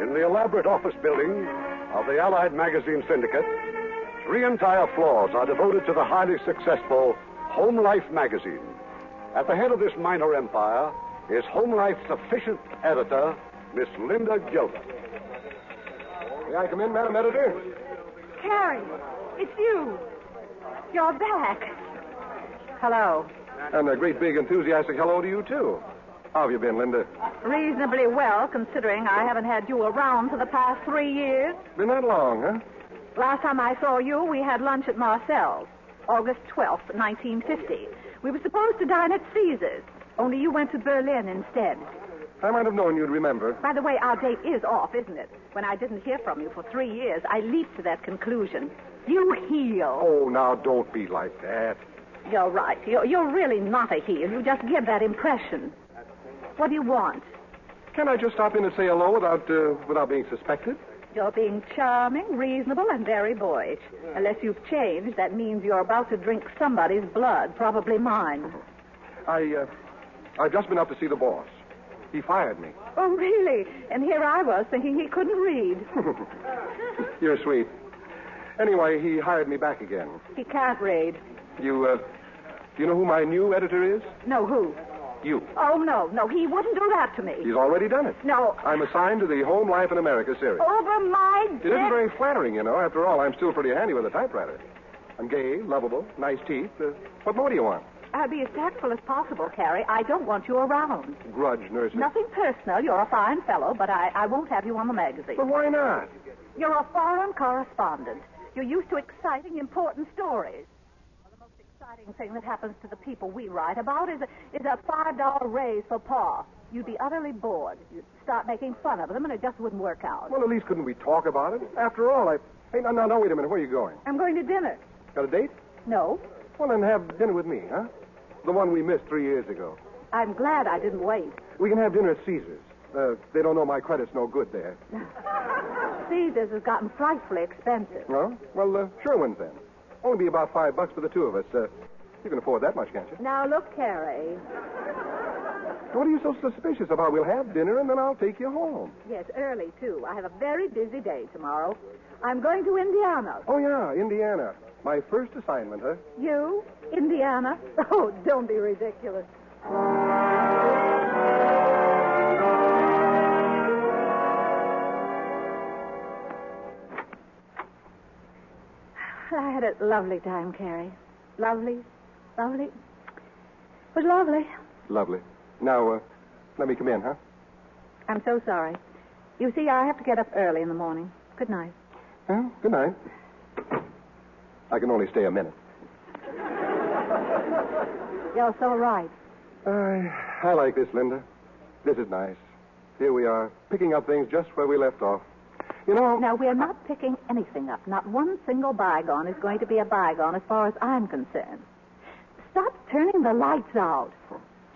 In the elaborate office building of the Allied Magazine Syndicate, three entire floors are devoted to the highly successful Home Life magazine. At the head of this minor empire is Home Life's efficient editor, Miss Linda Gilbert. May I come in, Madam Editor? Carrie, it's you. You're back. Hello. And a great big enthusiastic hello to you, too. How have you been, Linda? Reasonably well, considering I haven't had you around for the past three years. Been that long, huh? Last time I saw you, we had lunch at Marcel's, August 12th, 1950. We were supposed to dine at Caesar's, only you went to Berlin instead. I might have known you'd remember. By the way, our date is off, isn't it? When I didn't hear from you for three years, I leaped to that conclusion. You heel. Oh, now don't be like that. You're right. You're, you're really not a heel. You just give that impression. What do you want? Can I just stop in and say hello without uh, without being suspected? You're being charming, reasonable, and very boyish. Unless you've changed, that means you're about to drink somebody's blood, probably mine. I uh, I've just been up to see the boss. He fired me. Oh, really? And here I was thinking he couldn't read. You're sweet. Anyway, he hired me back again. he can't read. You uh, you know who my new editor is? No, who? You. Oh, no, no, he wouldn't do that to me. He's already done it. No. I'm assigned to the Home Life in America series. Over my It isn't dead- very flattering, you know. After all, I'm still pretty handy with a typewriter. I'm gay, lovable, nice teeth. Uh, what more do you want? Uh, be as tactful as possible, Carrie. I don't want you around. Grudge, nursing. Nothing personal. You're a fine fellow, but I, I won't have you on the magazine. But why not? You're a foreign correspondent. You're used to exciting, important stories. Well, the most exciting thing that happens to the people we write about is a, is a $5 raise for Pa. You'd be utterly bored. You'd start making fun of them, and it just wouldn't work out. Well, at least couldn't we talk about it? After all, I. Hey, no, no, no, wait a minute. Where are you going? I'm going to dinner. Got a date? No, Well, then have dinner with me, huh? The one we missed three years ago. I'm glad I didn't wait. We can have dinner at Caesar's. Uh, they don't know my credit's no good there. Caesar's has gotten frightfully expensive. No? Well, uh, Sherwin's then. Only be about five bucks for the two of us. Uh, you can afford that much, can't you? Now, look, Carrie. What are you so suspicious about? We'll have dinner and then I'll take you home. Yes, early, too. I have a very busy day tomorrow. I'm going to Indiana. Oh, yeah, Indiana. My first assignment, huh? You? Indiana? Oh, don't be ridiculous. I had a lovely time, Carrie. Lovely, lovely. It was lovely. Lovely. Now, uh, let me come in, huh? I'm so sorry. You see, I have to get up early in the morning. Good night. Well, good night. I can only stay a minute. You're so right. I, I like this, Linda. This is nice. Here we are, picking up things just where we left off. You know, Now, we're not picking anything up. Not one single bygone is going to be a bygone as far as I'm concerned. Stop turning the lights out.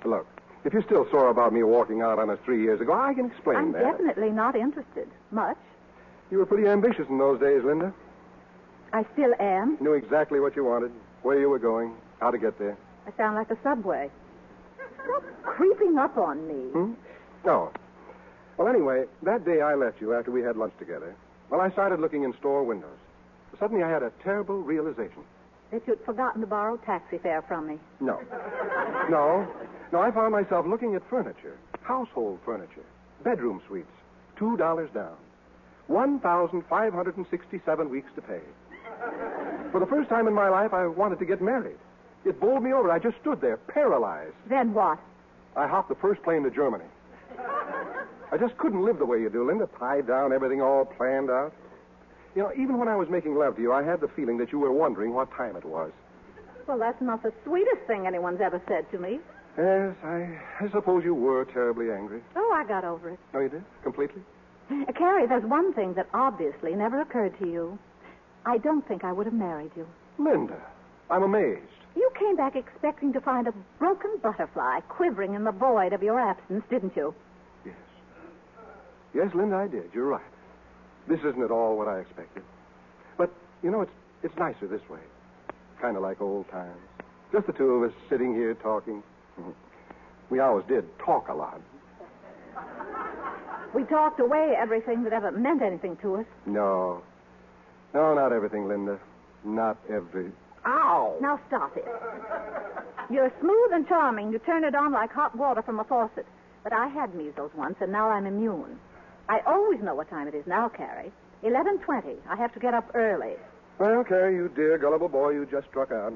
look, if you're still sore about me walking out on us three years ago, I can explain I'm that. definitely not interested. Much. You were pretty ambitious in those days, Linda. I still am. Knew exactly what you wanted, where you were going, how to get there. I sound like a subway. Stop creeping up on me. Hmm? No. Well, anyway, that day I left you after we had lunch together, well, I started looking in store windows. Suddenly I had a terrible realization. That you'd forgotten to borrow taxi fare from me. No. No. No, I found myself looking at furniture, household furniture, bedroom suites, $2 down, 1,567 weeks to pay. For the first time in my life, I wanted to get married. It bowled me over. I just stood there, paralyzed. Then what? I hopped the first plane to Germany. I just couldn't live the way you do, Linda. Tied down, everything all planned out. You know, even when I was making love to you, I had the feeling that you were wondering what time it was. Well, that's not the sweetest thing anyone's ever said to me. Yes, I, I suppose you were terribly angry. Oh, I got over it. No, you did? Completely? Uh, Carrie, there's one thing that obviously never occurred to you. I don't think I would have married you. Linda, I'm amazed. You came back expecting to find a broken butterfly quivering in the void of your absence, didn't you? Yes. Yes, Linda, I did. You're right. This isn't at all what I expected. But, you know, it's, it's nicer this way. Kind of like old times. Just the two of us sitting here talking. We always did talk a lot. We talked away everything that ever meant anything to us. No. No, not everything, Linda. Not every. Ow! Now stop it. You're smooth and charming. You turn it on like hot water from a faucet. But I had measles once, and now I'm immune. I always know what time it is now, Carrie. Eleven twenty. I have to get up early. Well, Carrie, you dear gullible boy, you just struck out.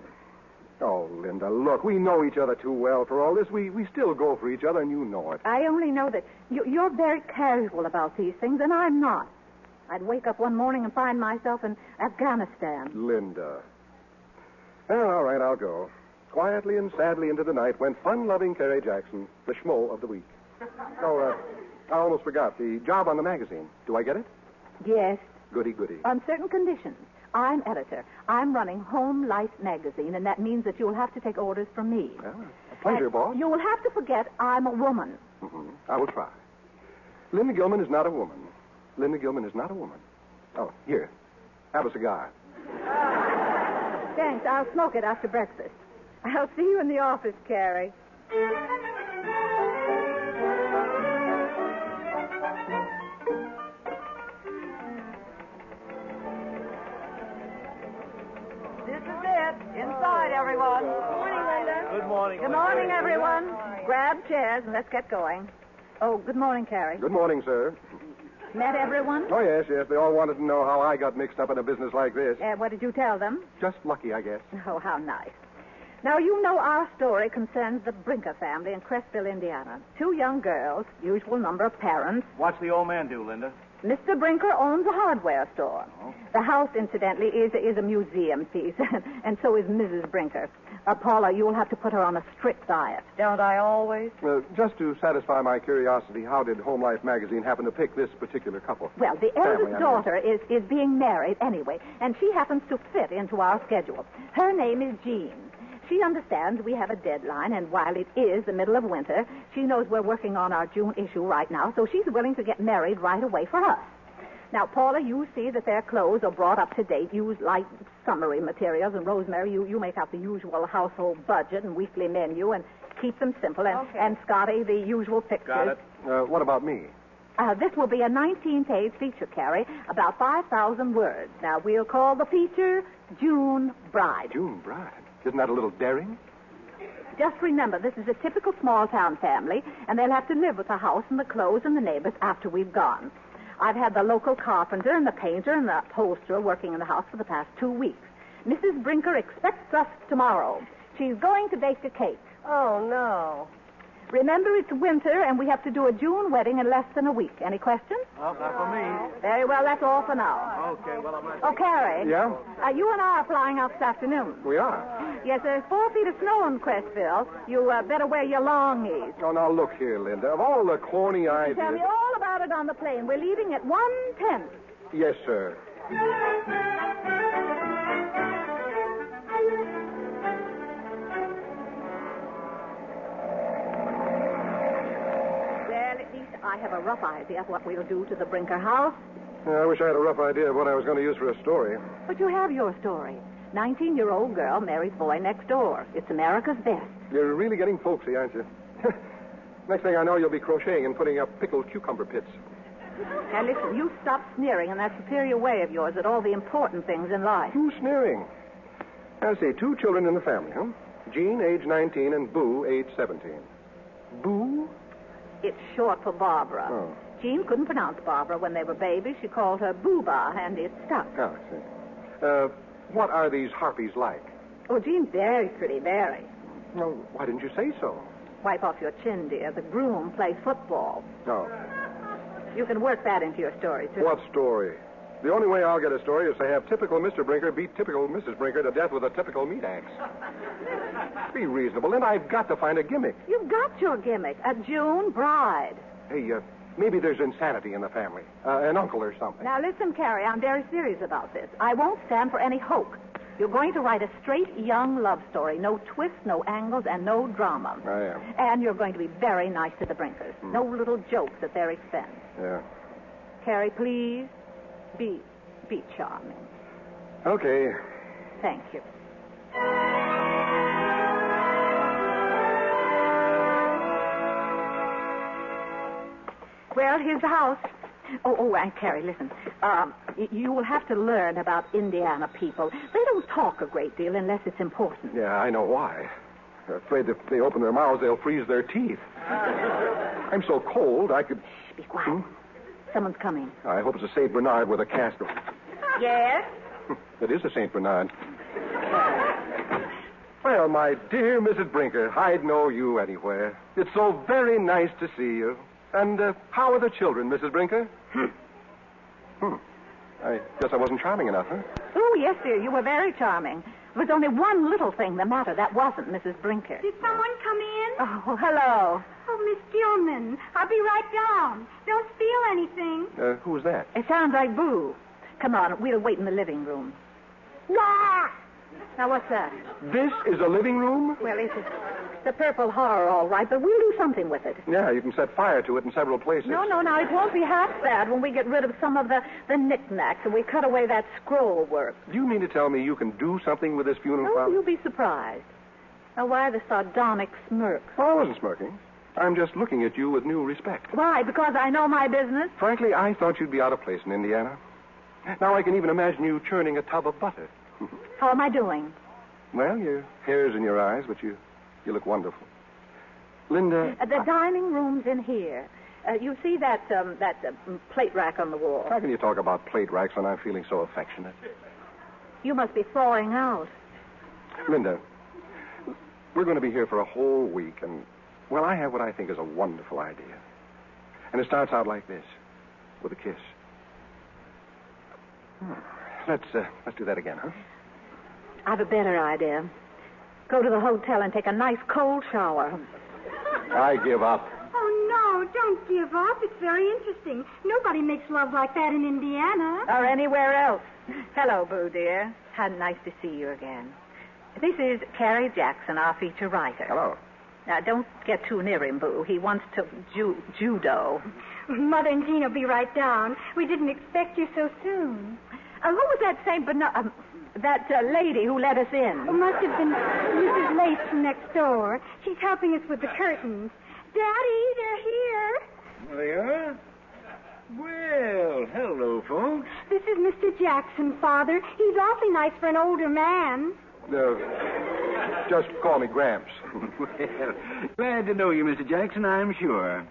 Oh, Linda, look, we know each other too well for all this. We, we still go for each other, and you know it. I only know that you, you're very casual about these things, and I'm not. I'd wake up one morning and find myself in Afghanistan. Linda. Well, all right, I'll go. Quietly and sadly into the night went fun-loving Carrie Jackson, the schmo of the week. Oh, uh, I almost forgot the job on the magazine. Do I get it? Yes, Goody, goody. on certain conditions. I'm editor. I'm running Home Life magazine, and that means that you'll have to take orders from me. Well, Oh, a pleasure, And boss. uh, You will have to forget I'm a woman. hmm I will try. Linda Gilman is not a woman. Linda Gilman is not a woman. Oh, here. Have a cigar. Thanks. I'll smoke it after breakfast. I'll see you in the office, Carrie. This is it. Inside, everyone. Good morning, Linda. Good morning. Good morning, everyone. Grab chairs and let's get going. Oh, good morning, Carrie. Good morning, sir. Met everyone? Oh, yes, yes. They all wanted to know how I got mixed up in a business like this. Uh, what did you tell them? Just lucky, I guess. Oh, how nice. Now, you know our story concerns the Brinker family in Crestville, Indiana. Two young girls, usual number of parents. What's the old man do, Linda? Mr. Brinker owns a hardware store. The house, incidentally, is, is a museum piece, and so is Mrs. Brinker. Uh, Paula, you'll have to put her on a strict diet. Don't I always? Well, Uh, just to satisfy my curiosity, how did Home Life magazine happen to pick this particular couple? Well, the Family, I eldest mean. daughter is, is being married anyway, and she happens to fit into our schedule. Her name is Jean. She understands we have a deadline, and while it is the middle of winter, she knows we're working on our June issue right now, so she's willing to get married right away for us. Now, Paula, you see that their clothes are brought up to date, use light summary materials, and Rosemary, you, you make out the usual household budget and weekly menu, and keep them simple, and, Okay. and Scotty, the usual pictures. Uh, what about me? Uh, this will be a 19-page feature, Carrie, about 5,000 words. Now, we'll call the feature June Bride. June Bride. Isn't that a little daring? Just remember, this is a typical small-town family, and they'll have to live with the house and the clothes and the neighbors after we've gone. I've had the local carpenter and the painter and the upholsterer working in the house for the past two weeks. Mrs. Brinker expects us tomorrow. She's going to bake a cake. Oh, no. Remember, it's winter, and we have to do a June wedding in less than a week. Any questions? Well, Oh, not for me. Very well, that's all for now. Okay, well, I might. Oh, Carrie. Yeah? Uh, you and I are flying out this afternoon. We are. Yes, there's four feet of snow in Crestville. You uh, better wear your long knees. Oh, now look here, Linda. Of all the corny ideas. Tell me all about it on the plane. We're leaving at one ten. Yes, sir. Well, at least I have a rough idea of what we'll do to the Brinker house. I wish I had a rough idea of what I was going to use for a story. But you have your story. Nineteen-year-old girl marries boy next door. It's America's best. You're really getting folksy, aren't you? Next thing I know, you'll be crocheting and putting up pickled cucumber pits. Now listen, you stop sneering in that superior way of yours at all the important things in life. Who's sneering? I see, two children in the family, huh? Jean, age 19, and Boo, age 17. Boo? It's short for Barbara. Oh. Jean couldn't pronounce Barbara when they were babies. She called her Booba, and it stuck. Oh, I see. Uh, what are these harpies like? Oh, Jean's very pretty, very. Well, why didn't you say so? Wipe off your chin, dear. The groom plays football. No. You can work that into your story, too. What story? The only way I'll get a story is to have typical Mr. Brinker beat typical Mrs. Brinker to death with a typical meat axe. Be reasonable, and I've got to find a gimmick. You've got your gimmick, a June bride. Hey, uh, maybe there's insanity in the family. Uh, an uncle or something. Now listen, Carrie, I'm very serious about this. I won't stand for any hoax. You're going to write a straight young love story. No twists, no angles, and no drama. I am. Hmm. And you're going to be very nice to the Brinkers. No little jokes at their expense. Yeah. Carrie, please be be charming. Okay. Thank you. Well, here's the house. Oh, oh, Aunt Carrie, listen. Um, y- you will have to learn about Indiana people. They don't talk a great deal unless it's important. Yeah, I know why. They're afraid if they open their mouths, they'll freeze their teeth. I'm so cold, I could. Be quiet. Someone's coming. I hope it's a St. Bernard with a cast on. Yes? It is a St. Bernard. Well, my dear Mrs. Brinker, I'd know you anywhere. It's so very nice to see you. And uh, how are the children, Mrs. Brinker? Hmm. Hmm. I guess I wasn't charming enough, huh? Oh, yes, dear. You were very charming. There was only one little thing the matter. That wasn't Mrs. Brinker. Did someone come in? Oh, hello. Oh, Miss Gilman, I'll be right down. Don't feel anything. Uh, who was that? It sounds like Boo. Come on, we'll wait in the living room. Nah! Now, what's that? This is a living room? Well, it's, it's a purple horror, all right, but we'll do something with it. Yeah, you can set fire to it in several places. No, no, no, it won't be half bad when we get rid of some of the, the knickknacks and we cut away that scroll work. Do you mean to tell me you can do something with this funeral Oh, flower? you'll be surprised. Now, why the sardonic smirk? Oh, I wasn't smirking. I'm just looking at you with new respect. Why? Because I know my business? Frankly, I thought you'd be out of place in Indiana. Now I can even imagine you churning a tub of butter. How am I doing? Well, your hair's in your eyes, but you, you look wonderful. Linda, Uh, the dining room's in here. Uh, you see that um, that uh, plate rack on the wall? how can you talk about plate racks when I'm feeling so affectionate? You must be thawing out. Linda, we're going to be here for a whole week, and, well, I have what I think is a wonderful idea. And it starts out like this with a kiss. Hmm. Let's, uh, let's do that again, huh? I've a better idea. Go to the hotel and take a nice cold shower. I give up. Oh, no, don't give up. It's very interesting. Nobody makes love like that in Indiana. Or anywhere else. Hello, Boo, dear. How nice to see you again. This is Carrie Jackson, our feature writer. Hello. Now, don't get too near him, Boo. He once took ju- judo. Mother and Jean will be right down. We didn't expect you so soon. Uh, who was that St. Bernard? Um, that uh, lady who let us It in. must have been Mrs. Lace from next door. She's helping us with the curtains. Daddy, they're here. There they are. Well, hello, folks. This is Mr. Jackson, Father. He's awfully nice for an older man. Uh, just call me Gramps. Well, glad to know you, Mr. Jackson, I'm sure.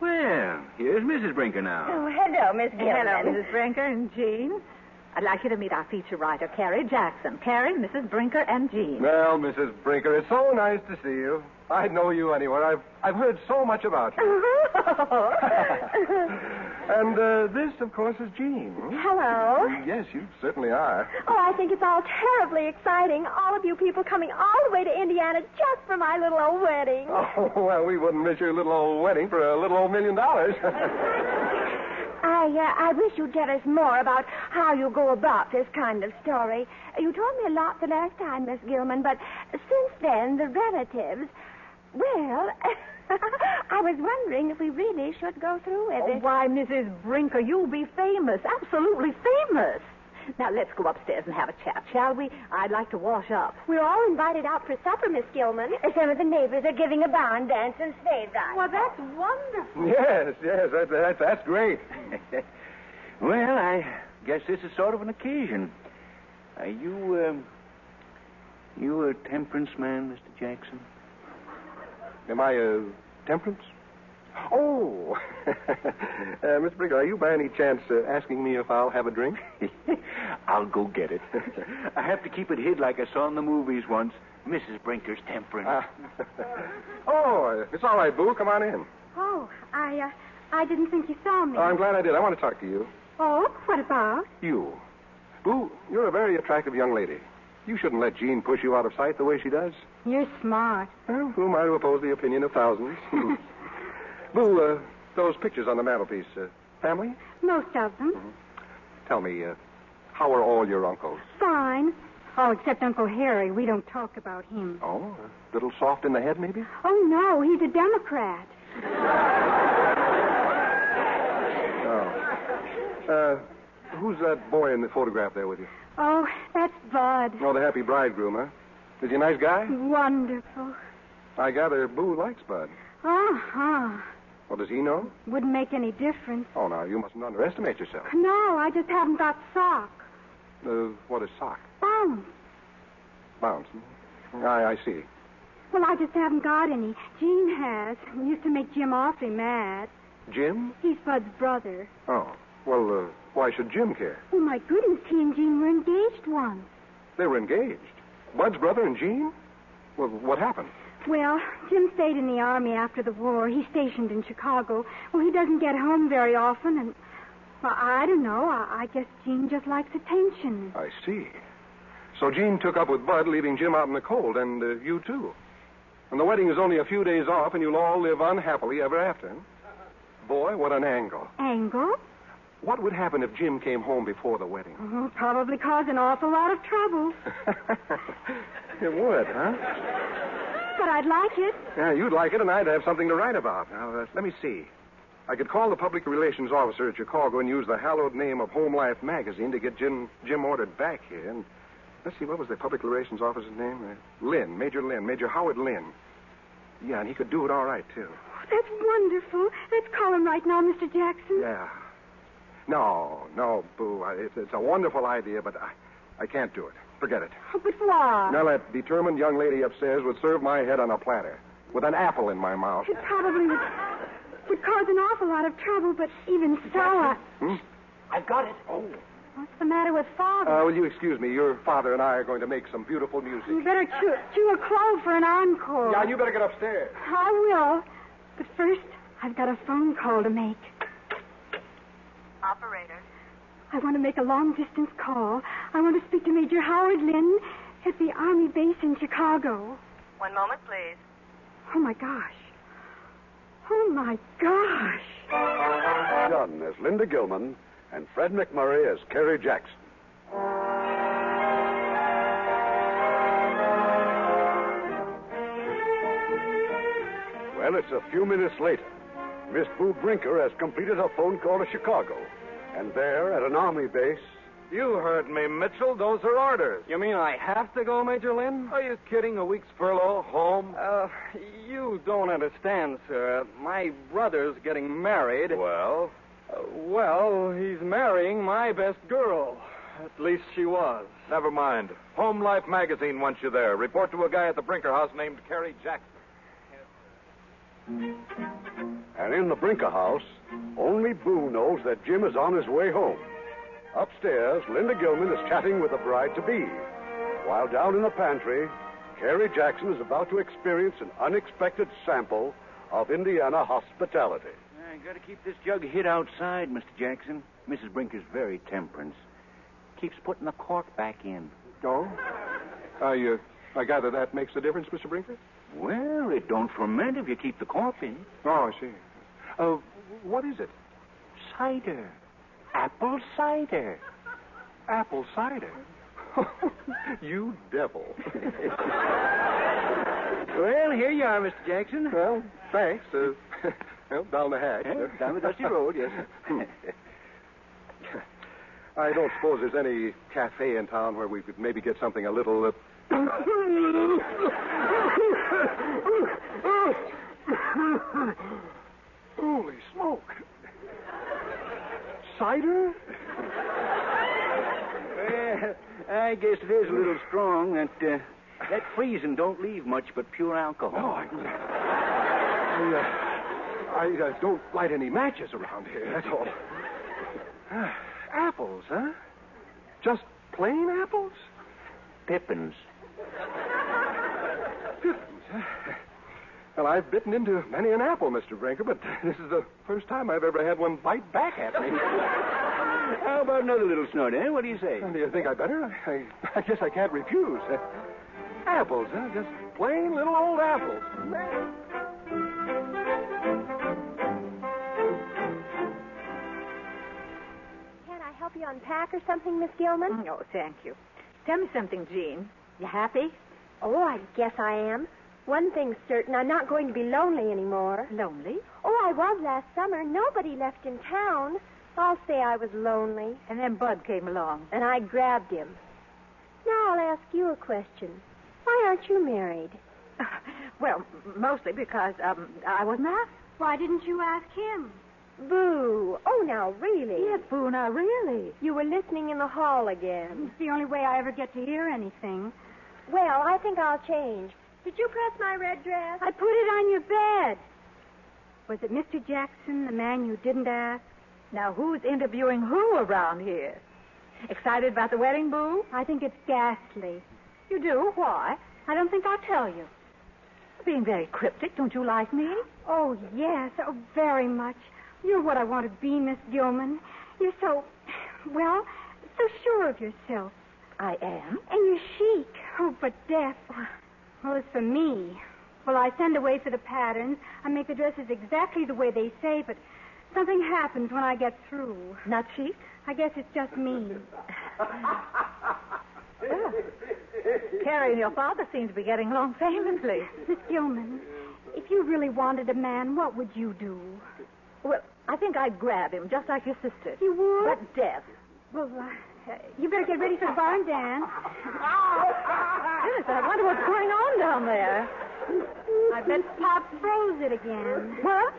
Well, here's Mrs. Brinker now. hello, Miss Oh, Hello, Mrs. Brinker and Jean. I'd like you to meet our feature writer, Carrie Jackson. Carrie, Mrs. Brinker, and Jean. well, Mrs. Brinker, it's so nice to see you. I'd know you anywhere. I've, I've heard so much about you. and uh, this, of course, is Jean. Hello. Yes, you certainly are. Oh, I think it's all terribly exciting. All of you people coming all the way to Indiana just for my little old wedding. Oh, well, we wouldn't miss your little old wedding for a little old million dollars. I, uh, I wish you'd tell us more about how you go about this kind of story. You told me a lot the last time, Miss Gilman, but since then, the relatives. Well, I was wondering if we really should go through with Oh, it. why, Mrs. Brinker, you'll be famous. Absolutely famous. Now, let's go upstairs and have a chat, shall we? I'd like to wash up. We're all invited out for supper, Miss Gilman. Some of the neighbors are giving a barn dance and sleigh ride. Well, that's wonderful. yes, yes, that, that, that's great. well, I guess this is sort of an occasion. Are you, um, you a temperance man, Mr. Jackson? Am I a temperance? Oh, uh, Miss Brinker, are you by any chance uh, asking me if I'll have a drink? I'll go get it. I have to keep it hid like I saw in the movies once. Mrs. Brinker's temperance. Ah. oh, it's all right, Boo. Come on in. Oh, I, uh, I didn't think you saw me. Oh, I'm glad I did. I want to talk to you. Oh, what about? You. Boo, you're a very attractive young lady. You shouldn't let Jean push you out of sight the way she does. You're smart. Well, who am I to oppose the opinion of thousands? Boo, uh, those pictures on the mantelpiece, uh, family? Most of them. Tell me, uh, how are all your uncles? Fine. Oh, except Uncle Harry. We don't talk about him. Oh, a little soft in the head, maybe? Oh, no, he's a Democrat. Uh, who's that boy in the photograph there with you? Oh, that's Bud. Oh, the happy bridegroom, huh? Is he a nice guy? Wonderful. I gather Boo likes Bud. Uh-huh. Well, does he know? Wouldn't make any difference. Oh, now, you mustn't underestimate yourself. No, I just haven't got sock. Uh, what is sock? Bones. Bounce. I, I see. Well, I just haven't got any. Jean has. It used to make Jim awfully mad. Jim? He's Bud's brother. Oh. Well, uh, why should Jim care? Oh, my goodness, he and Jean were engaged once. They were engaged. Bud's brother and Jean? Well, what happened? Well, Jim stayed in the Army after the war. He's stationed in Chicago. Well, he doesn't get home very often, and, well, I don't know. I, I guess Jean just likes attention. I see. So Jean took up with Bud, leaving Jim out in the cold, and uh, you too. And the wedding is only a few days off, and you'll all live unhappily ever after. Boy, what an angle. Angle? What would happen if Jim came home before the wedding? Oh, probably caused an awful lot of trouble. it would, huh? But I'd like it. Yeah, you'd like it, and I'd have something to write about. Now, uh, let me see. I could call the public relations officer at Chicago and use the hallowed name of Home Life magazine to get Jim Jim ordered back here. And let's see, what was the public relations officer's name? Uh, Lynn, Major Lynn, Major Howard Lynn. Yeah, and he could do it all right too. Oh, That's wonderful. Let's call him right now, Mr. Jackson. Yeah. No, no, Boo. I- It's, it's a wonderful idea, but I, I can't do it. Forget it. Oh, but why? Now that determined young lady upstairs would serve my head on a platter with an apple in my mouth. It probably would, would cause an awful lot of trouble, but even so, I... I've got it. Oh. What's the matter with Father? Uh, will you excuse me? Your father and I are going to make some beautiful you music. better chew, chew a clove for an encore. Yeah, you better get upstairs. I will. But first, I've got a phone call to make. Operator. I want to make a long-distance call. I want to speak to Major Howard Lynn at the Army base in Chicago. One moment, please. Oh, my gosh. Oh, my gosh. Dunn as Linda Gilman and Fred McMurray as Kerry Jackson. Well, it's a few minutes later. Miss Boo Brinker has completed her phone call to Chicago, and there at an army base. You heard me, Mitchell. Those are orders. You mean I have to go, Major Lynn? Are you kidding? A week's furlough, home? Uh, you don't understand, sir. My brother's getting married. Well, Uh, well, he's marrying my best girl. At least she was. Never mind. Home Life magazine wants you there. Report to a guy at the Brinker house named Kerry Jackson. And in the Brinker house, only Boo knows that Jim is on his way home. Upstairs, Linda Gilman is chatting with the bride to be, while down in the pantry, Carrie Jackson is about to experience an unexpected sample of Indiana hospitality. I gotta keep this jug hid outside, Mr. Jackson. Mrs. Brinker's very temperance. Keeps putting the cork back in. No? I, uh, I gather that makes a difference, Mr. Brinker? Well, it don't ferment if you keep the cork in. Oh, I see. Uh, what is it? Cider. Apple cider. Apple cider. you devil. Well, here you are, Mr. Jackson. well, thanks. Uh, well, down the hatch. Yeah, down the dusty road, yes. I don't suppose there's any cafe in town where we could maybe get something a little. Uh... Holy smoke! Cider? Well, Uh, I guess it is a little strong. That uh, that freezing don't leave much but pure alcohol. Oh, No, Oh, I, I, uh, I uh, don't light any matches around here. That's all. Ah, apples, huh? Just plain apples? Pippins. Well, I've bitten into many an apple, Mr. Brinker, but this is the first time I've ever had one bite back at me. How about another little snort, eh? What do you say? Do you think I better? I, I guess I can't refuse. Uh, apples, huh? Just plain little old apples. Can I help you unpack or something, Miss Gilman? No, Mm, oh, thank you. Tell me something, Jean. You happy? Oh, I guess I am. One thing's certain, I'm not going to be lonely anymore. Lonely? Oh, I was last summer. Nobody left in town. I'll say I was lonely. And then Bud came along. And I grabbed him. Now I'll ask you a question. Why aren't you married? Well, mostly because um, I wasn't asked. Why didn't you ask him? Boo. Oh, now, really? Yes, Boo, now really. You were listening in the hall again. It's the only way I ever get to hear anything. Well, I think I'll change. Did you press my red dress? I put it on your bed. Was it Mr. Jackson, the man you didn't ask? Now, who's interviewing who around here? Excited about the wedding, Boo? I think it's ghastly. You do? Why? I don't think I'll tell you. Being very cryptic, don't you like me? Oh, yes. Oh, very much. You're what I want to be, Miss Gilman. You're so, well, so sure of yourself. I am. And you're chic. Oh, but deaf. Well, as for me, well, I send away for the patterns. I make the dresses exactly the way they say, but something happens when I get through. Not chic? I guess it's just me. Well, Carrie and your father seem to be getting along famously. Miss Gilman, if you really wanted a man, what would you do? Well, I think I'd grab him, just like your sister. You would? But death. Well, uh, you better get ready for the barn dance. Goodness, I wonder what's going on down there. I bet Pop froze it again. What?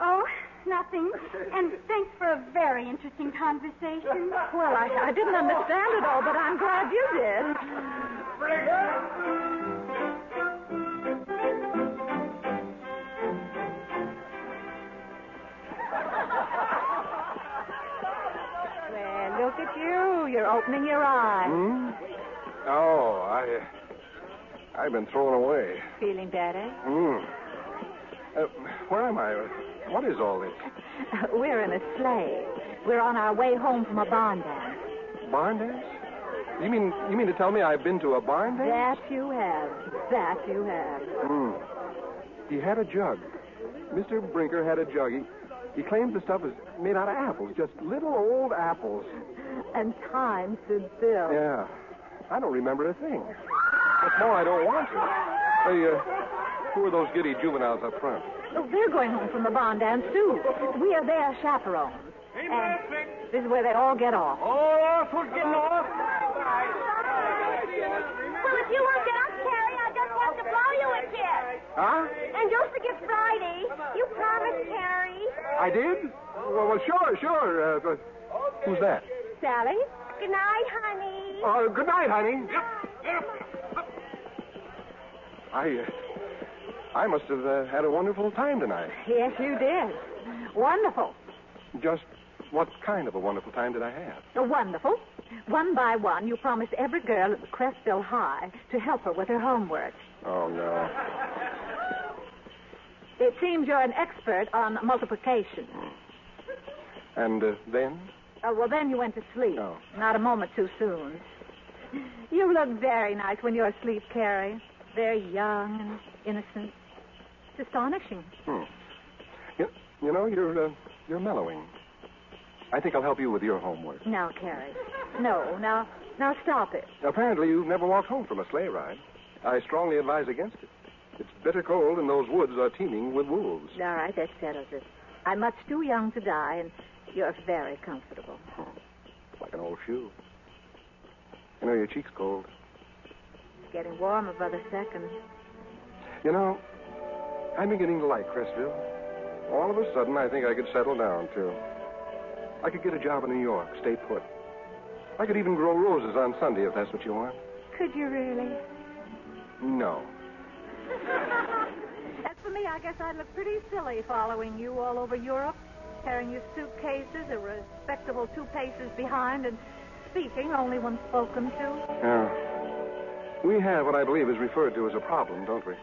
Oh, nothing. And thanks for a very interesting conversation. Well, I, I didn't understand it all, but I'm glad you did. Well, look at you. You're opening your eyes. Hmm? Oh, I. I've been thrown away. Feeling better? Hmm. Uh, where am I? What is all this? We're in a sleigh. We're on our way home from a barn dance. Barn dance? You mean you mean to tell me I've been to a barn dance? That you have. That you have. Hmm. He had a jug. Mr. Brinker had a jug. He, he claims the stuff is made out of apples, just little old apples. And time stood still. Yeah. I don't remember a thing. What's more, I don't want to. Hey, uh, who are those giddy juveniles up front? Oh, they're going home from the barn dance, too. We are their chaperones. And this is where they all get off. Oh, who's getting off? Well, if you won't get up, Carrie, I just want to blow you a kiss. Huh? And don't forget Friday. You promised, Carrie. I did? Well, well sure, sure. Uh, but who's that? Sally? Good night, honey. Uh, good night, honey. I, uh, I must have uh, had a wonderful time tonight. Yes, you did. Wonderful. Just what kind of a wonderful time did I have? Wonderful. One by one, you promised every girl at Crestville High to help her with her homework. Oh, no. It seems you're an expert on multiplication. And uh, then? Uh, well, then you went to sleep. Oh. Not a moment too soon. You look very nice when you're asleep, Carrie. Very young and innocent. It's astonishing. Hmm. You, you know, you're, uh, you're mellowing. I think I'll help you with your homework. Now, Carrie. No, now, now stop it. Apparently, you've never walked home from a sleigh ride. I strongly advise against it. It's bitter cold, and those woods are teeming with wolves. All right, that settles it. I'm much too young to die, and you're very comfortable. Hmm. Like an old shoe. You know, your cheek's cold. It's getting warmer by the second. You know, I'm beginning to like Crestville. All of a sudden, I think I could settle down, too. I could get a job in New York, stay put. I could even grow roses on Sunday if that's what you want. Could you really? No. As for me, I guess I'd look pretty silly following you all over Europe, carrying your suitcases a respectable two paces behind and speaking only when spoken to. Yeah. We have what I believe is referred to as a problem, don't we?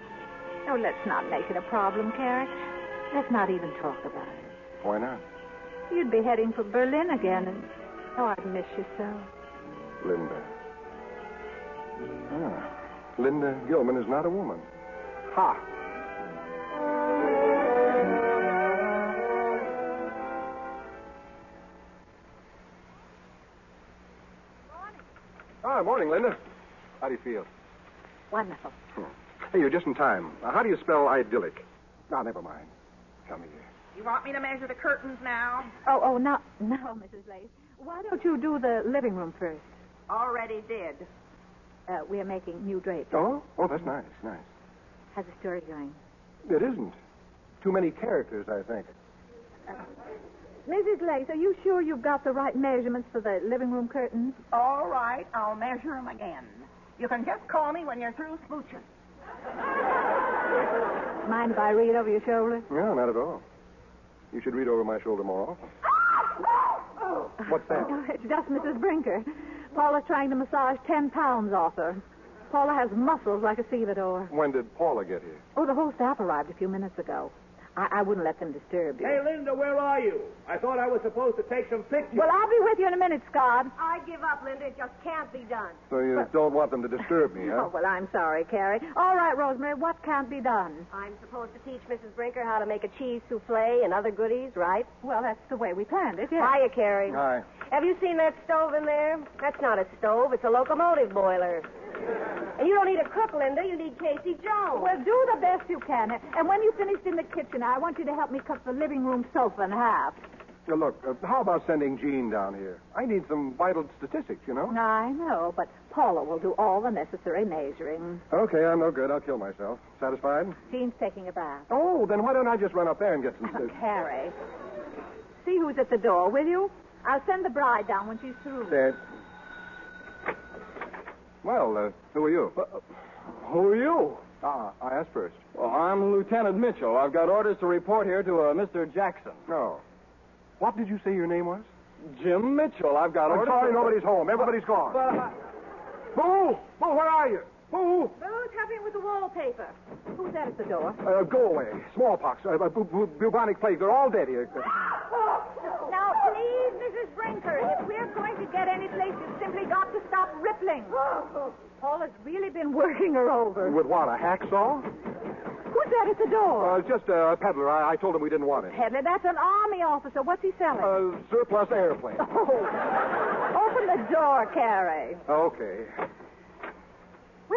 Oh, let's not make it a problem, Carrie. Let's not even talk about it. Why not? You'd be heading for Berlin again, and Oh, I miss you so. Linda. Ah, Linda Gilman is not a woman. Ha! Ah, morning, Linda. How do you feel? Hmm. Wonderful. Hey, you're just in time. Now, how do you spell idyllic? Ah, never mind. Tell me. You want me to measure the curtains now? Oh, oh, no, no, Mrs. Lace. Why don't you do the living room first? Already did. Uh, we're making new drapes. Oh, oh, that's nice, nice. How's the story going? It isn't. Too many characters, I think. Mrs. Lace, are you sure you've got the right measurements for the living room curtains? All right, I'll measure them again. You can just call me when you're through smooching. Mind if I read over your shoulder? No, not at all. You should read over my shoulder more often. Oh. What's that? it's just Mrs. Brinker. Paula's trying to massage ten pounds off her. Paula has muscles like a stevedore. When did Paula get here? Oh, the whole staff arrived a few minutes ago. I, I wouldn't let them disturb you. Hey, Linda, where are you? I thought I was supposed to take some pictures. Well, I'll be with you in a minute, Scott. I give up, Linda. It just can't be done. So you don't want them to disturb me, huh? Oh, well, I'm sorry, Carrie. All right, Rosemary, what can't be done? I'm supposed to teach Mrs. Brinker how to make a cheese souffle and other goodies, right? Well, that's the way we planned it, yes. Hiya, Carrie. Hi. Have you seen that stove in there? That's not a stove. It's a locomotive boiler. And you don't need a cook, Linda. You need Casey Jones. Well, do the best you can. And when you finish in the kitchen, I want you to help me cut the living room sofa in half. Now, look, uh, how about sending Jean down here? I need some vital statistics, you know? I know, but Paula will do all the necessary measuring. Okay, I'm no good. I'll kill myself. Satisfied? Jean's taking a bath. Oh, then why don't I just run up there and get some... Oh, Carrie. See who's at the door, will you? I'll send the bride down when she's through. There. Well, uh, who are you? Who are you? Ah, I asked first. Well, I'm Lieutenant Mitchell. I've got orders to report here to uh, Mr. Jackson. No. What did you say your name was? Jim Mitchell. I've got I'm orders. sorry, to- nobody's home. Everybody's gone. But I- Boo! Boo, where are you? Boo! Who's helping with the wallpaper? Who's that at the door? Uh, go away. Smallpox, uh, bu- bu- bubonic plague. They're all dead here. Now, please, Mrs. Brinker, if we're going to get any place, you've simply got to stop rippling. Paula's really been working her over. With what, a hacksaw? Who's that at the door? Uh, it's just a peddler. I-, I told him we didn't want it. Headley, that's an army officer. What's he selling? Uh, surplus airplane. Oh. Open the door, Carrie. Okay.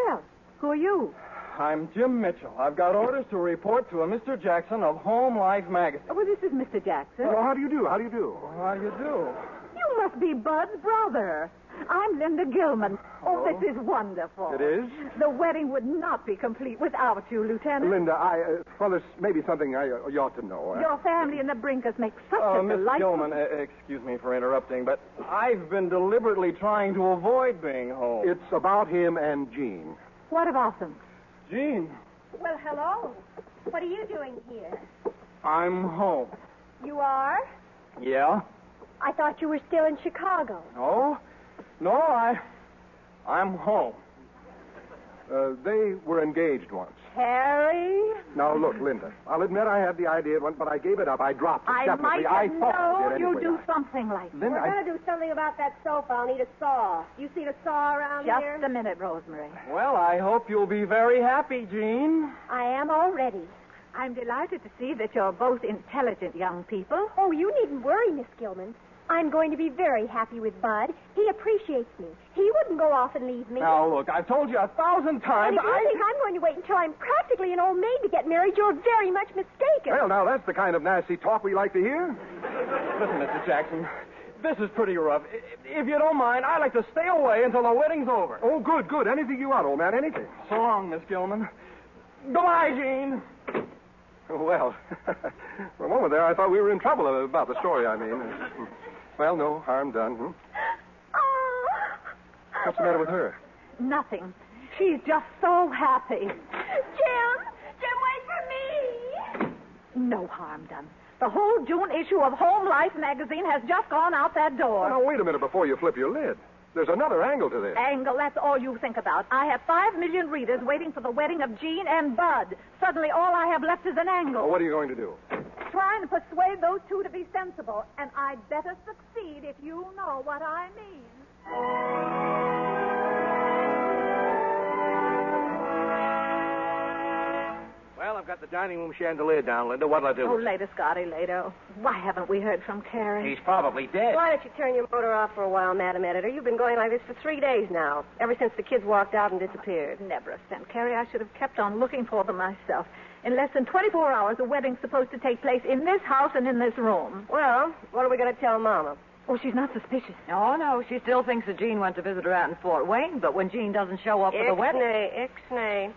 Well, who are you? I'm Jim Mitchell. I've got orders to report to a Mr. Jackson of Home Life Magazine. Oh, Well, this is Mr. Jackson. Well, how do you do? How do you do? How do you do? You must be Bud's brother. I'm Linda Gilman. Oh, this is wonderful. It is? The wedding would not be complete without you, Lieutenant. Linda, I. Uh, well, there's maybe something I uh, you ought to know. Uh, Your family and the Brinkers make such Oh, Uh, a Miss delightful... Gilman, uh, excuse me for interrupting, but I've been deliberately trying to avoid being home. It's about him and Jean. What about them? Jean, Well, hello. What are you doing here? I'm home. You are? Yeah? I thought you were still in Chicago. No? No, I. I'm home. Uh, they were engaged once. Harry? Now, look, Linda, I'll admit I had the idea once, but I gave it up. I dropped it. I definitely. might I have thought I known did you'd anyway. do something like Linda, We're I- going to do something about that sofa. I'll need a saw. You seen a saw around Just here? a minute, Rosemary. Well, I hope you'll be very happy, Jean. I am already. I'm delighted to see that you're both intelligent young people. Oh, you needn't worry, Miss Gilman. I'm going to be very happy with Bud. He appreciates me. He wouldn't go off and leave me. Now, look, I've told you a thousand and times. if you I. think I'm going to wait until I'm practically an old maid to get married, you're very much mistaken. Well, now, that's the kind of nasty talk we like to hear. Listen, Mr. Jackson, this is pretty rough. I- If you don't mind, I'd like to stay away until the wedding's over. Oh, good, good. Anything you want, old man, anything. So long, Miss Gilman. Goodbye, Jean. Well, for a moment there, I thought we were in trouble about the story, I mean. Well, no harm done. Hmm? Oh! What's the matter with her? Nothing. She's just so happy. Jim! Jim, wait for me! No harm done. The whole June issue of Home Life magazine has just gone out that door. Oh. Now, wait a minute before you flip your lid. There's another angle to this. Angle, that's all you think about. I have five million readers waiting for the wedding of Jean and Bud. Suddenly, all I have left is an angle. Oh, Well, what are you going to do? trying to persuade those two to be sensible, and I'd better succeed if you know what I mean. Well, I've got the dining room chandelier down, Linda. What'll I do? Oh, with it? later, Scotty, later. Why haven't we heard from Carrie? He's probably dead. Why don't you turn your motor off for a while, Madam Editor? You've been going like this for three days now, ever since the kids walked out and disappeared. Never a cent, Carrie. I should have kept on looking for them myself. In less than 24 hours, the wedding's supposed to take place in this house and in this room. Well, what are we going to tell Mama? Oh, she's not suspicious. No, no, she still thinks that Jean went to visit her out in Fort Wayne, but when Jean doesn't show up for the wedding. Ixnay, ixnay.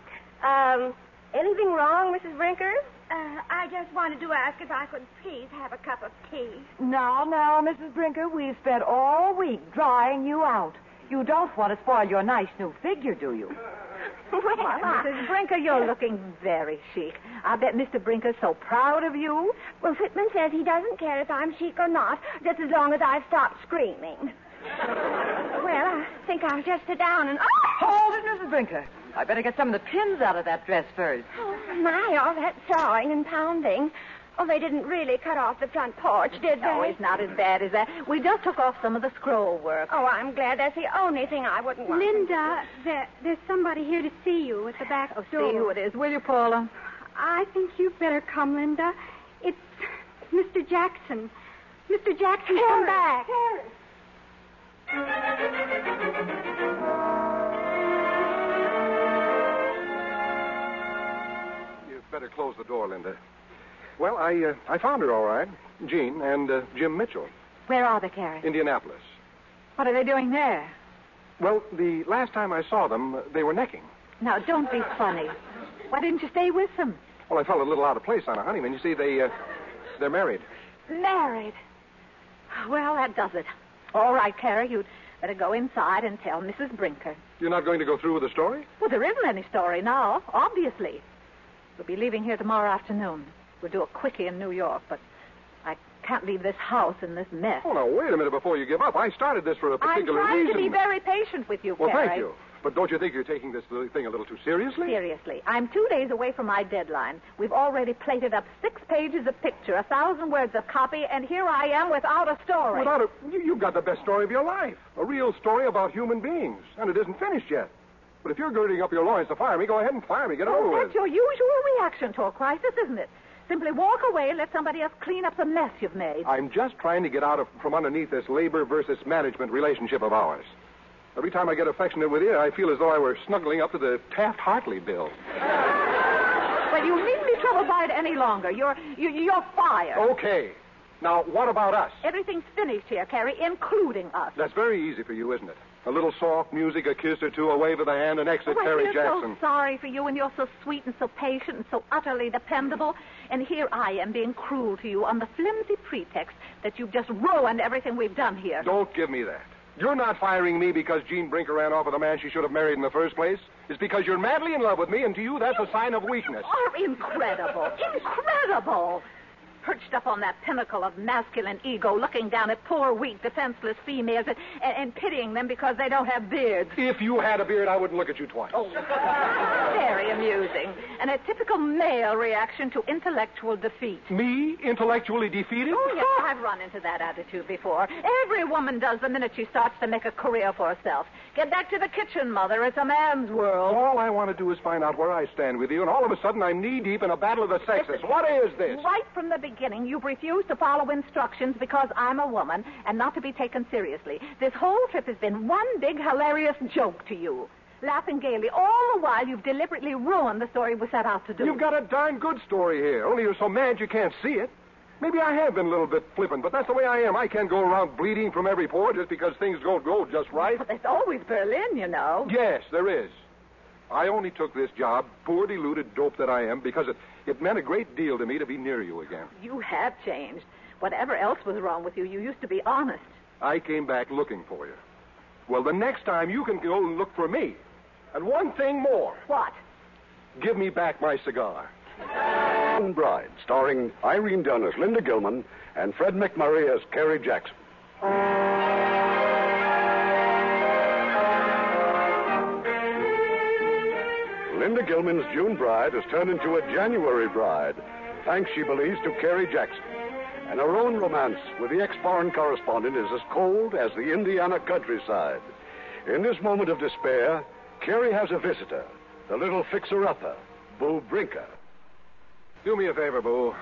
Um, anything wrong, Mrs. Brinker? Uh, I just wanted to ask if I could please have a cup of tea. Now, now, Mrs. Brinker, we've spent all week drying you out. You don't want to spoil your nice new figure, do you? Well, Mrs. Brinker, you're looking very chic. I bet Mr. Brinker's so proud of you. Well, Whitman says he doesn't care if I'm chic or not, just as long as I've stopped screaming. well, I think I'll just sit down and. Oh! Hold it, Mrs. Brinker. I better get some of the pins out of that dress first. Oh, my, all that sawing and pounding. Oh, they didn't really cut off the front porch, did they? No, it's not as bad as that. We just took off some of the scroll work. Oh, I'm glad that's the only thing I wouldn't want. Linda, there, there's somebody here to see you at the back Oh, door. see who it is, will you, Paula? I think you'd better come, Linda. It's Mr. Jackson. Mr. Jackson, come back. You'd better close the door, Linda. Well, I uh, I found her all right, Jean and uh, Jim Mitchell, Where are they, Carrie? Indianapolis. What are they doing there? Well, the last time I saw them, uh, they were necking. Now, don't be funny. Why didn't you stay with them? Well, I felt a little out of place on a honeymoon. You see, they uh, they're married. Married. Well, that does it. All right, Carrie, you'd better go inside and tell Mrs. Brinker. You're not going to go through with the story? Well, there isn't any story now, obviously. We'll be leaving here tomorrow afternoon. We'll do a quickie in New York, but I can't leave this house in this mess. Oh now, wait a minute before you give up. I started this for a I'm particular trying reason. to be very patient with you, well, Carrie. thank you. But don't you think you're taking this little thing a little too seriously? Seriously, I'm two days away from my deadline. We've already plated up six pages of picture, a thousand words of copy, and here I am without a story. Without a, you, you've got the best story of your life. A real story about human beings. And it isn't finished yet. But if you're girding up your loins to fire me, go ahead and fire me. Get it Well, over Oh, that's with. your usual reaction to a crisis, isn't it? Simply walk away and let somebody else clean up the mess you've made. I'm just trying to get out of from underneath this labor versus management relationship of ours. Every time I get affectionate with you, I feel as though I were snuggling up to the Taft Hartley bill. Well, you needn't be troubled by it any longer. You're you, you're fired. Okay. Now, what about us? Everything's finished here, Carrie, including us. That's very easy for you, isn't it? A little soft music, a kiss or two, a wave of the hand, and exit oh, I Terry feel Jackson. so sorry for you, and you're so sweet and so patient and so utterly dependable. And here I am being cruel to you on the flimsy pretext that you've just ruined everything we've done here. Don't give me that. You're not firing me because Jean Brinker ran off with a man she should have married in the first place. It's because you're madly in love with me, and to you, that's a sign of weakness. are incredible. Incredible. Perched up on that pinnacle of masculine ego, looking down at poor, weak, defenseless females and, and, and pitying them because they don't have beards. If you had a beard, I wouldn't look at you twice. Oh. Very amusing. And a typical male reaction to intellectual defeat. Me, intellectually defeated? Oh, yes, I've run into that attitude before. Every woman does the minute she starts to make a career for herself. Get back to the kitchen, Mother. It's a man's world. All I want to do is find out where I stand with you, and all of a sudden I'm knee deep in a battle of the sexes. What is this? Right from the beginning, you've refused to follow instructions because I'm a woman and not to be taken seriously. This whole trip has been one big hilarious joke to you. Laughing gaily all the while, you've deliberately ruined the story we set out to do. You've got a darn good story here, only you're so mad you can't see it. Maybe I have been a little bit flippant, but that's the way I am. I can't go around bleeding from every pore just because things don't go just right. But there's always Berlin, you know. Yes, there is. I only took this job, poor deluded dope that I am, because it, it meant a great deal to me to be near you again. You have changed. Whatever else was wrong with you, you used to be honest. I came back looking for you. Well, the next time you can go and look for me. And one thing more What? give me back my cigar. Own Bride, starring Irene Dunn as Linda Gilman and Fred McMurray as Carrie Jackson. Linda Gilman's June bride has turned into a January bride, thanks she believes to Carrie Jackson. And her own romance with the ex foreign correspondent is as cold as the Indiana countryside. In this moment of despair, Carrie has a visitor, the little fixer upper, Boo Brinker. Do me a favor, Boo.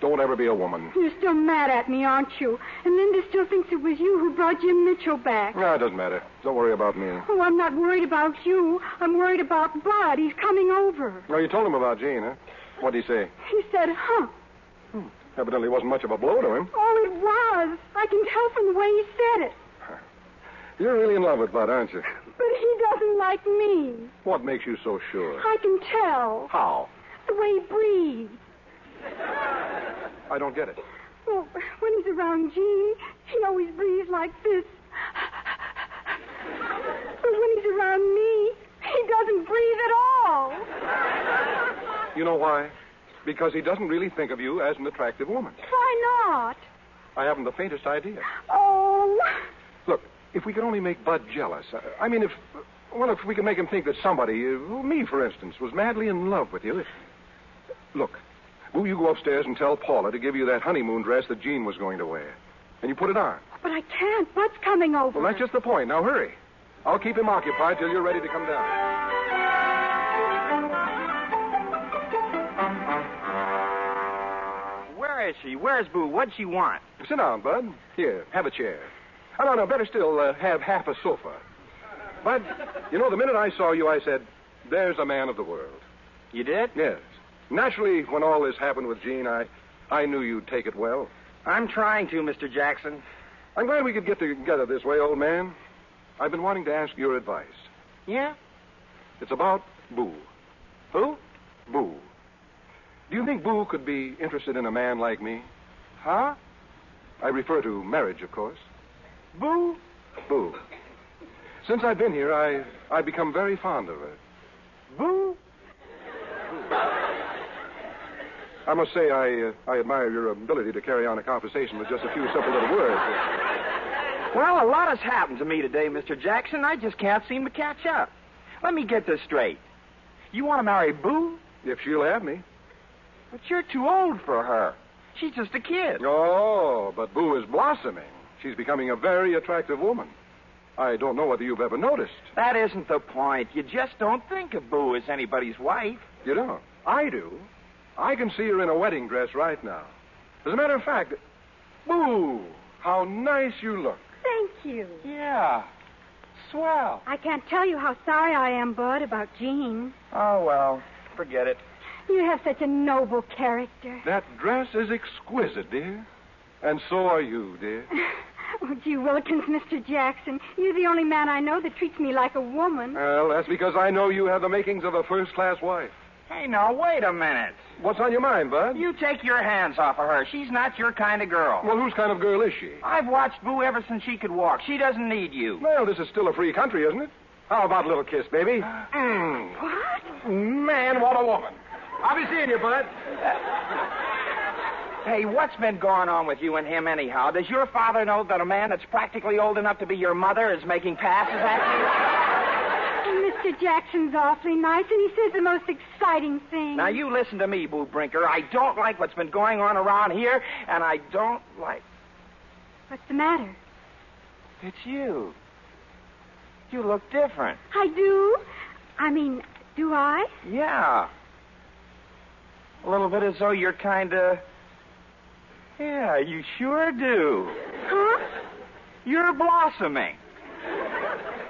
Don't ever be a woman. You're still mad at me, aren't you? And Linda still thinks it was you who brought Jim Mitchell back. No, it doesn't matter. Don't worry about me. Oh, I'm not worried about you. I'm worried about Bud. He's coming over. Well, you told him about Gene, huh? What'd he say? He said, huh. Evidently wasn't much of a blow to him. Oh, it was. I can tell from the way he said it. You're really in love with Bud, aren't you? But he doesn't like me. What makes you so sure? I can tell. How? The way he breathes. I don't get it. Well, when he's around Jean, he always breathes like this. But when he's around me, he doesn't breathe at all. You know why? Because he doesn't really think of you as an attractive woman. Why not? I haven't the faintest idea. Oh, Look, if we could only make Bud jealous. uh, I- I mean, if. Well, if we could make him think that somebody, uh, me for instance, was madly in love with you. Look, will you go upstairs and tell Paula to give you that honeymoon dress that Jean was going to wear? And you put it on. but I can't. Bud's coming over. Well, that's just the point. Now hurry. I'll keep him occupied till you're ready to come down. Where is she? Where's Boo? What'd she want? Sit down, Bud. Here, have a chair. Oh, no, no, better still, uh, have half a sofa. Bud, you know, the minute I saw you, I said, there's a man of the world. You did? Yes. Naturally, when all this happened with Jean, I, I knew you'd take it well. I'm trying to, Mr. Jackson. I'm glad we could get together this way, old man. I've been wanting to ask your advice. Yeah? It's about Boo. Who? Boo. Do you think Boo could be interested in a man like me? Huh? I refer to marriage, of course. Boo? Boo. Since I've been here, I, I've become very fond of her. Boo? I must say, I, uh, I admire your ability to carry on a conversation with just a few simple little words. Well, a lot has happened to me today, Mr. Jackson. I just can't seem to catch up. Let me get this straight. You want to marry Boo? If she'll have me. But you're too old for her. She's just a kid. Oh, but Boo is blossoming. She's becoming a very attractive woman. I don't know whether you've ever noticed. That isn't the point. You just don't think of Boo as anybody's wife. You don't? I do. I can see her in a wedding dress right now. As a matter of fact, Boo, how nice you look. Thank you. Yeah. Swell. I can't tell you how sorry I am, Bud, about Jean. Oh, well, forget it. You have such a noble character. That dress is exquisite, dear. And so are you, dear. Oh, gee, Wilkins, Mr. Jackson, you're the only man I know that treats me like a woman. Well, that's because I know you have the makings of a first class wife. Hey, now, wait a minute. What's on your mind, Bud? You take your hands off of her. She's not your kind of girl. Well, whose kind of girl is she? I've watched Boo ever since she could walk. She doesn't need you. Well, this is still a free country, isn't it? How about a little kiss, baby? Hmm. Mm. What? Man, what a woman. I'll be seeing you, Bud. Hey, what's been going on with you and him anyhow? Does your father know that a man that's practically old enough to be your mother is making passes at And Mr. Jackson's awfully nice, and he says the most exciting you? things. Now you listen to me, Boo Brinker. I don't like what's been going on around here, and I don't like What's the matter? it's you. You look different. I do. I mean, do I? Yeah. A little bit as though you're kinda Yeah, you sure do. Huh? You're blossoming.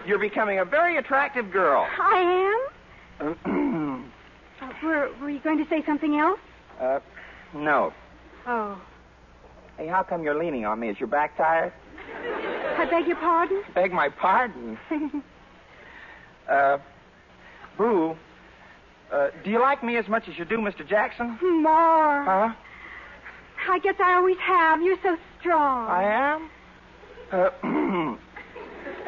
You're becoming a very attractive girl. I uh, am? Uh, were, were you going to say something else? no. Oh, Hey, how come you're leaning on me? Is your back tired? I beg your pardon? Beg my pardon. uh, Boo, uh, do you like me as much as you do Mr. Jackson? More. Huh? I guess I always have. You're so strong. I am? Uh,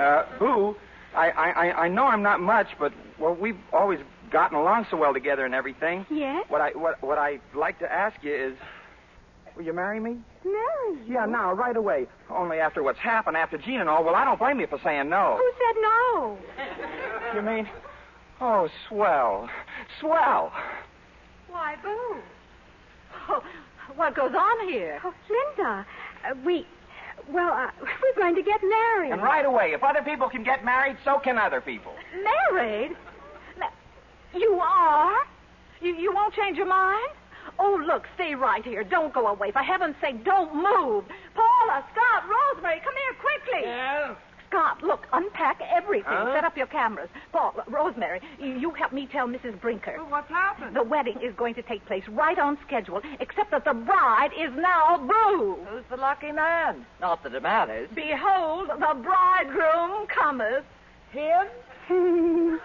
uh, Boo, I, I, I- I know I'm not much, but, well, we've always gotten along so well together and everything. Yes? What I what what I'd like to ask you is, will you marry me? Marry you? Yeah, now right away. Only after what's happened after Gene and all. Well, I don't blame you for saying no. Who said no? You mean? Oh, swell, swell. Why, Boo? Oh, what goes on here? Oh, Linda, uh, we, well, uh, we're going to get married. And right away, if other people can get married, so can other people. Married? Ma- You are? You, you won't change your mind? Oh, look, stay right here. Don't go away. For heaven's sake, don't move. Paula, Scott, Rosemary, come here quickly. Yeah? Scott, look, unpack everything. Huh? Set up your cameras. Paul, Rosemary, you, you help me tell Mrs. Brinker. what's happened? The wedding is going to take place right on schedule, except that the bride is now Boo. Who's the lucky man? Not that it matters. Behold, the bridegroom cometh. Him?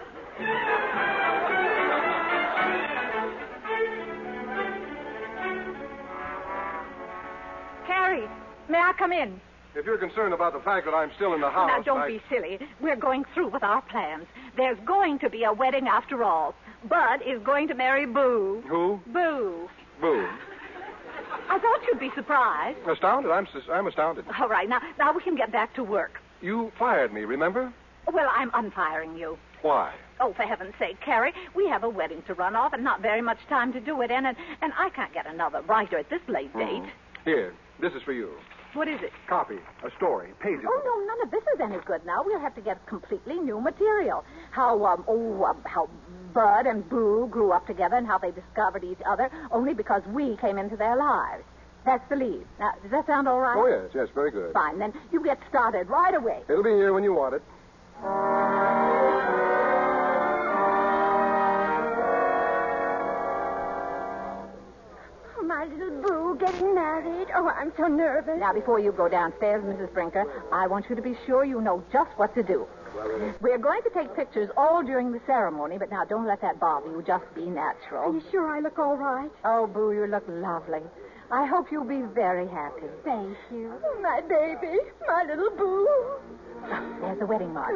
Harry, may I come in? If you're concerned about the fact that I'm still in the Oh, house. now, don't I- be silly. We're going through with our plans. There's going to be a wedding after all. Bud is going to marry Boo. Who? Boo. Boo. I thought you'd be surprised. Astounded? I'm, s- I'm astounded. All right, now, now we can get back to work. You fired me, remember? Well, I'm unfiring you. Why? Oh, for heaven's sake, Carrie, we have a wedding to run off and not very much time to do it in, and, and I can't get another writer at this late date. Mhm. Here, this is for you. What is it? Copy, a story, pages. Oh, no, none of this is any good now. We'll have to get completely new material. How, um, oh, um, how Bud and Boo grew up together and how they discovered each other only because we came into their lives. That's the lead. Now, does that sound all right? Oh, yes, yes, very good. Fine, then you get started right away. It'll be here when you want it. Oh, my little boo getting married. Oh, I'm so nervous. Now, before you go downstairs, Mrs. Brinker, I want you to be sure you know just what to do. We're going to take pictures all during the ceremony, but now don't let that bother you. Just be natural. Are you sure I look all right? Oh, Boo, you look lovely. I hope you'll be very happy. Oh, Thank you. My baby, my little boo. There's the wedding march.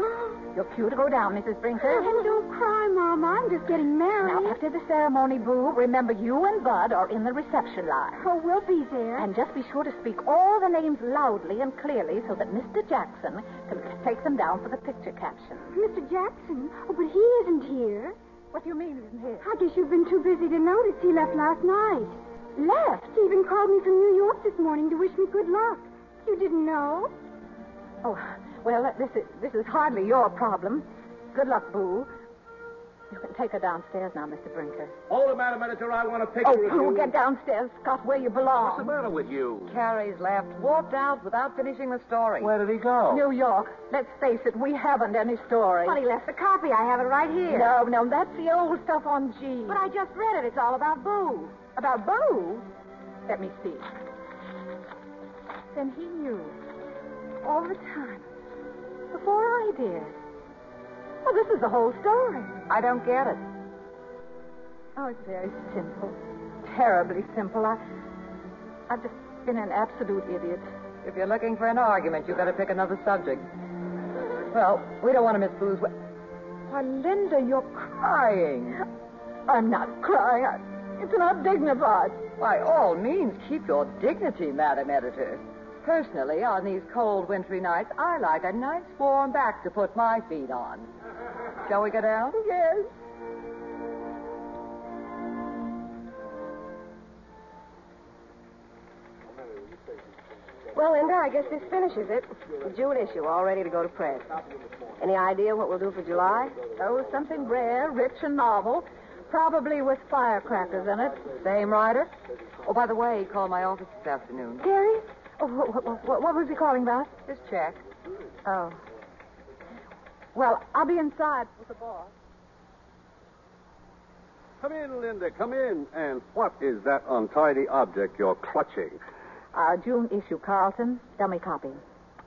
You're cue to go down, Mrs. Brinker. And don't cry, Mama. I'm just getting married. Now, after the ceremony, Boo, remember you and Bud are in the reception line. Oh, we'll be there. And just be sure to speak all the names loudly and clearly so that Mr. Jackson can take them down for the picture caption. Mr. Jackson. Oh, but he isn't here. What do you mean isn't here? I guess you've been too busy to notice he left last night. Left? Stephen called me from New York this morning to wish me good luck. You didn't know? Oh, well, this is, this is hardly your problem. Good luck, Boo. You can take her downstairs now, Mr. Brinker. Hold a minute, minute, till I want a picture Oh, of Boo, you. get downstairs, Scott, where you What's belong. the matter with you? Carrie's left, walked out without finishing the story. Where did he go? New York. Let's face it, we haven't any story. Well, he left the copy. I have it right here. No, no, that's the old stuff on G. But I just read it. It's all about Boo. About Boo? Let me see. Then he knew. All the time. Before I did. Well, this is the whole story. I don't get it. Oh, it's very simple. Terribly simple. I, I've just been an absolute idiot. If you're looking for an argument, you better pick another subject. Well, we don't want to miss Boo's. we- Why, Linda, you're crying. I'm not crying. I, it's not dignified. By all means, keep your dignity, Madam Editor. Personally, on these cold wintry nights, I like a nice warm back to put my feet on. Shall we go down? Yes. Well, Linda, I guess this finishes it. The June issue all ready to go to press. Any idea what we'll do for July? Oh, something rare, rich, and novel. Probably with firecrackers in it. Same writer? Oh, by the way, he called my office this afternoon. Gary? Oh, what, what, what, was he calling about? This check. Oh. Well, I'll be inside with the boss. Come in, Linda, come in. And what is that untidy object you're clutching? Uh, June issue, Carlton. Dummy copy.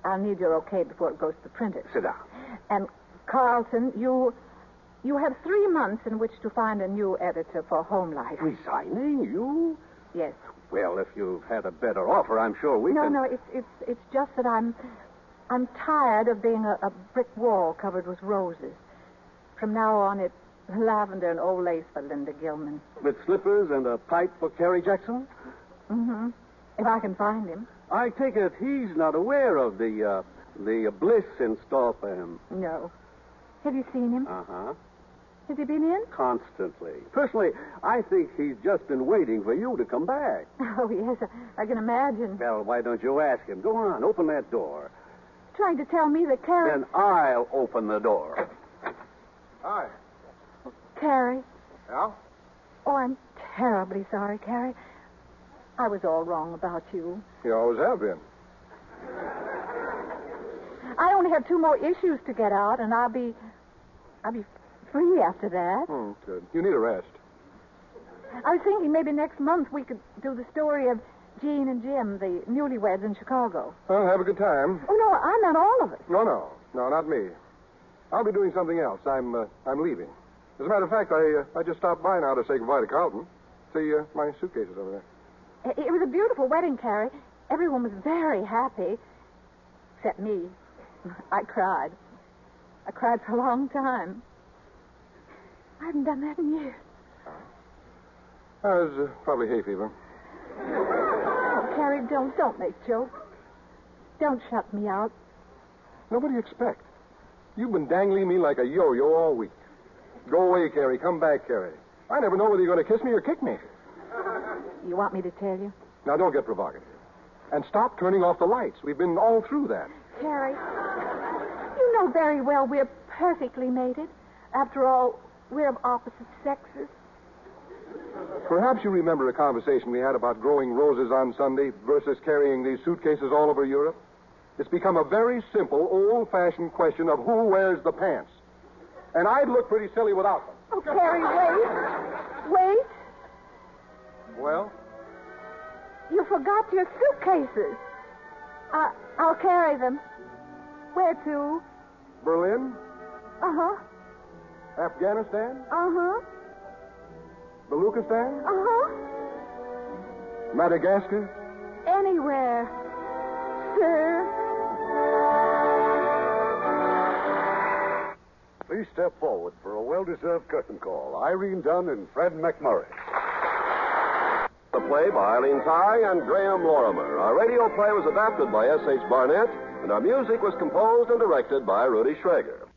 I'll need your okay before it goes to the printer. Sit down. And Carlton, you you have three months in which to find a new editor for Home Life. Resigning? You? Yes. Well, if you've had a better offer, I'm sure we no, can. no, it's it's it's just that I'm I'm tired of being a, a brick wall covered with roses. From now on, it's lavender and old lace for Linda Gilman. With slippers and a pipe for Carrie Jackson? Mm-hmm. If I can find him. I take it he's not aware of the, uh, the bliss in store for him. No. Have you seen him? Uh huh. Has he been in? Constantly. Personally, I think he's just been waiting for you to come back. Oh, yes, I, I can imagine. Well, why don't you ask him? Go on, open that door. Trying to tell me that Carrie. Then I'll open the door. Hi. Carrie. Yeah? Oh, I'm terribly sorry, Carrie. I was all wrong about you. You always have been. I only have two more issues to get out, and I'll be. I'll be free after that. Hmm, good. You need a rest. I was thinking maybe next month we could do the story of Jean and Jim, the newlyweds in Chicago. Well, have a good time. Oh, no, I'm not all of it. No, no. No, not me. I'll be doing something else. I'm, uh, I'm leaving. As a matter of fact, I, uh, I just stopped by now to say goodbye to Carlton. See, uh, my suitcase is over there. It- It was a beautiful wedding, Carrie. Everyone was very happy, except me. I cried. I cried for a long time. I haven't done that in years. Uh, it's uh, probably hay fever. Oh, Carrie, don't don't make jokes. Don't shut me out. Now, what do you expect? You've been dangling me like a yo-yo all week. Go away, Carrie. Come back, Carrie. I never know whether you're going to kiss me or kick me. You want me to tell you, Now, don't get provocative. And stop turning off the lights. We've been all through that. Carrie? You know very well we're perfectly mated. After all, we're of opposite sexes. Perhaps you remember a conversation we had about growing roses on Sunday versus carrying these suitcases all over Europe. It's become a very simple, old-fashioned question of who wears the pants. And I'd look pretty silly without them. Oh, Carrie, wait, wait! Well? You forgot your suitcases. I I'll carry them. Where to? Berlin? Uh huh. Afghanistan? Uh huh. Baluchistan? Uh huh. Madagascar? Anywhere, sir. Please step forward for a well deserved curtain call. Irene Dunn and Fred McMurray. The play by Eileen Ty and Graham Lorimer. Our radio play was adapted by S.H. Barnett, and our music was composed and directed by Rudy Schrager.